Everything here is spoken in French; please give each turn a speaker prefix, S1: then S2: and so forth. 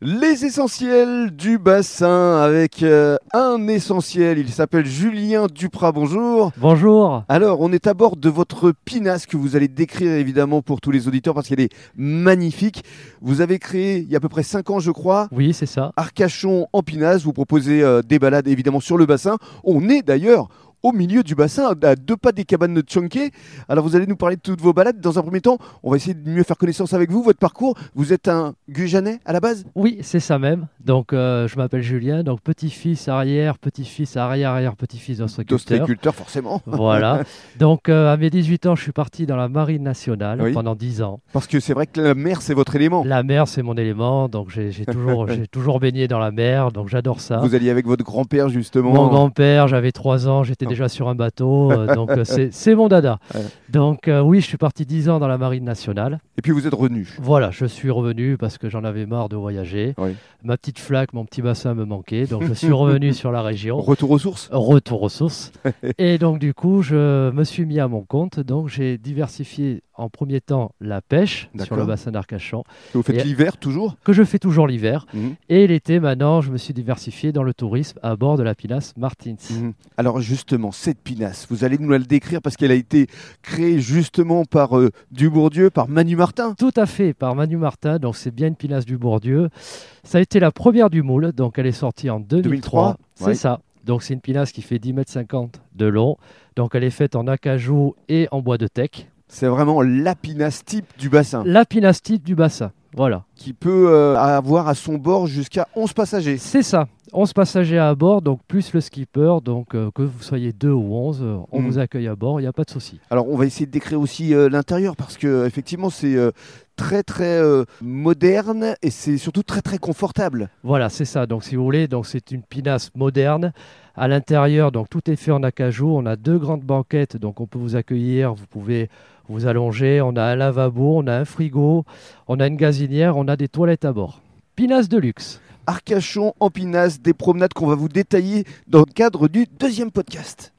S1: Les essentiels du bassin avec euh, un essentiel. Il s'appelle Julien Duprat. Bonjour.
S2: Bonjour.
S1: Alors, on est à bord de votre pinasse que vous allez décrire évidemment pour tous les auditeurs parce qu'elle est magnifique. Vous avez créé il y a à peu près 5 ans, je crois.
S2: Oui, c'est ça.
S1: Arcachon en pinasse. Vous proposez euh, des balades évidemment sur le bassin. On est d'ailleurs au milieu du bassin, à deux pas des cabanes de Tchonke. Alors vous allez nous parler de toutes vos balades. Dans un premier temps, on va essayer de mieux faire connaissance avec vous, votre parcours. Vous êtes un Gujanais à la base
S2: Oui, c'est ça même. Donc, euh, je m'appelle Julien. Donc, petit-fils, arrière, petit-fils, arrière, arrière, petit-fils d'ostriculteur.
S1: d'ostriculteur forcément.
S2: Voilà. Donc, euh, à mes 18 ans, je suis parti dans la marine nationale
S1: Oui. Oh.
S2: pendant 10 ans.
S1: Parce que c'est vrai que la mer, c'est votre élément.
S2: La mer, c'est mon élément. Donc, j'ai j'ai toujours, j'ai toujours baigné dans la mer. Donc, j'adore ça.
S1: Vous alliez avec votre grand-père, justement.
S2: Mon grand-père, j'avais 3 ans, j'étais déjà sur un bateau. euh, donc, euh, c'est c'est mon dada.
S1: Oh. Ouais.
S2: Donc, euh, oui, je suis parti 10 ans dans la marine nationale.
S1: Et puis vous êtes revenu.
S2: Voilà, je suis revenu parce que j'en avais marre de voyager.
S1: Oui.
S2: Ma petite flaque, mon petit bassin me manquait, donc je suis revenu sur la région.
S1: Retour aux sources
S2: Retour aux sources. Et donc du coup, je me suis mis à mon compte. Donc j'ai diversifié en premier temps la pêche sur
S1: D'accord.
S2: le bassin d'Arcachon,
S1: Vous faites
S2: Et-
S1: l'hiver, toujours
S2: que je fais toujours l'hiver.
S1: Mhm.
S2: Et l'été, maintenant, je me suis diversifié dans le tourisme à bord de la Pinas Martins.
S1: Mhm. Alors justement, cette pinasse, vous allez nous la décrire parce qu'elle a été créée justement par euh, Dubourdieu, par Manu Martin.
S2: Tout à fait, par Manu Martin, donc c'est bien une Pinas du Bourdieu. Ça a été la première du moule, donc elle est sortie en 2003.
S1: 2003,
S2: c'est
S1: ouais.
S2: ça. Donc c'est une Pinas qui fait 10,50 m de long. Donc elle est faite en acajou et en bois de teck.
S1: C'est vraiment la pinasse type du bassin
S2: La Pinas type du bassin, voilà.
S1: qui peut euh, avoir à son bord jusqu'à 11 passagers.
S2: C'est ça, 11 passagers à bord, donc plus le skipper. Donc euh, que vous soyez 2 ou 11, euh, on
S1: Mhm.
S2: vous accueille à bord, il n'y a pas de souci.
S1: Alors on va essayer de décrire aussi euh, l'intérieur parce que euh, effectivement c'est euh, très très euh, moderne et c'est surtout très très confortable.
S2: Voilà, c'est ça. Donc, si vous voulez, donc c'est une pinasse moderne. À l'intérieur, donc tout est fait en acajou. On a deux grandes banquettes, donc on peut vous accueillir, vous pouvez vous allonger. On a un lavabo, on a un frigo, on a une gazinière, on a des toilettes à bord. Pinasse de luxe.
S1: Arcachon, Empinas, des promenades qu'on va vous détailler dans le cadre du deuxième podcast.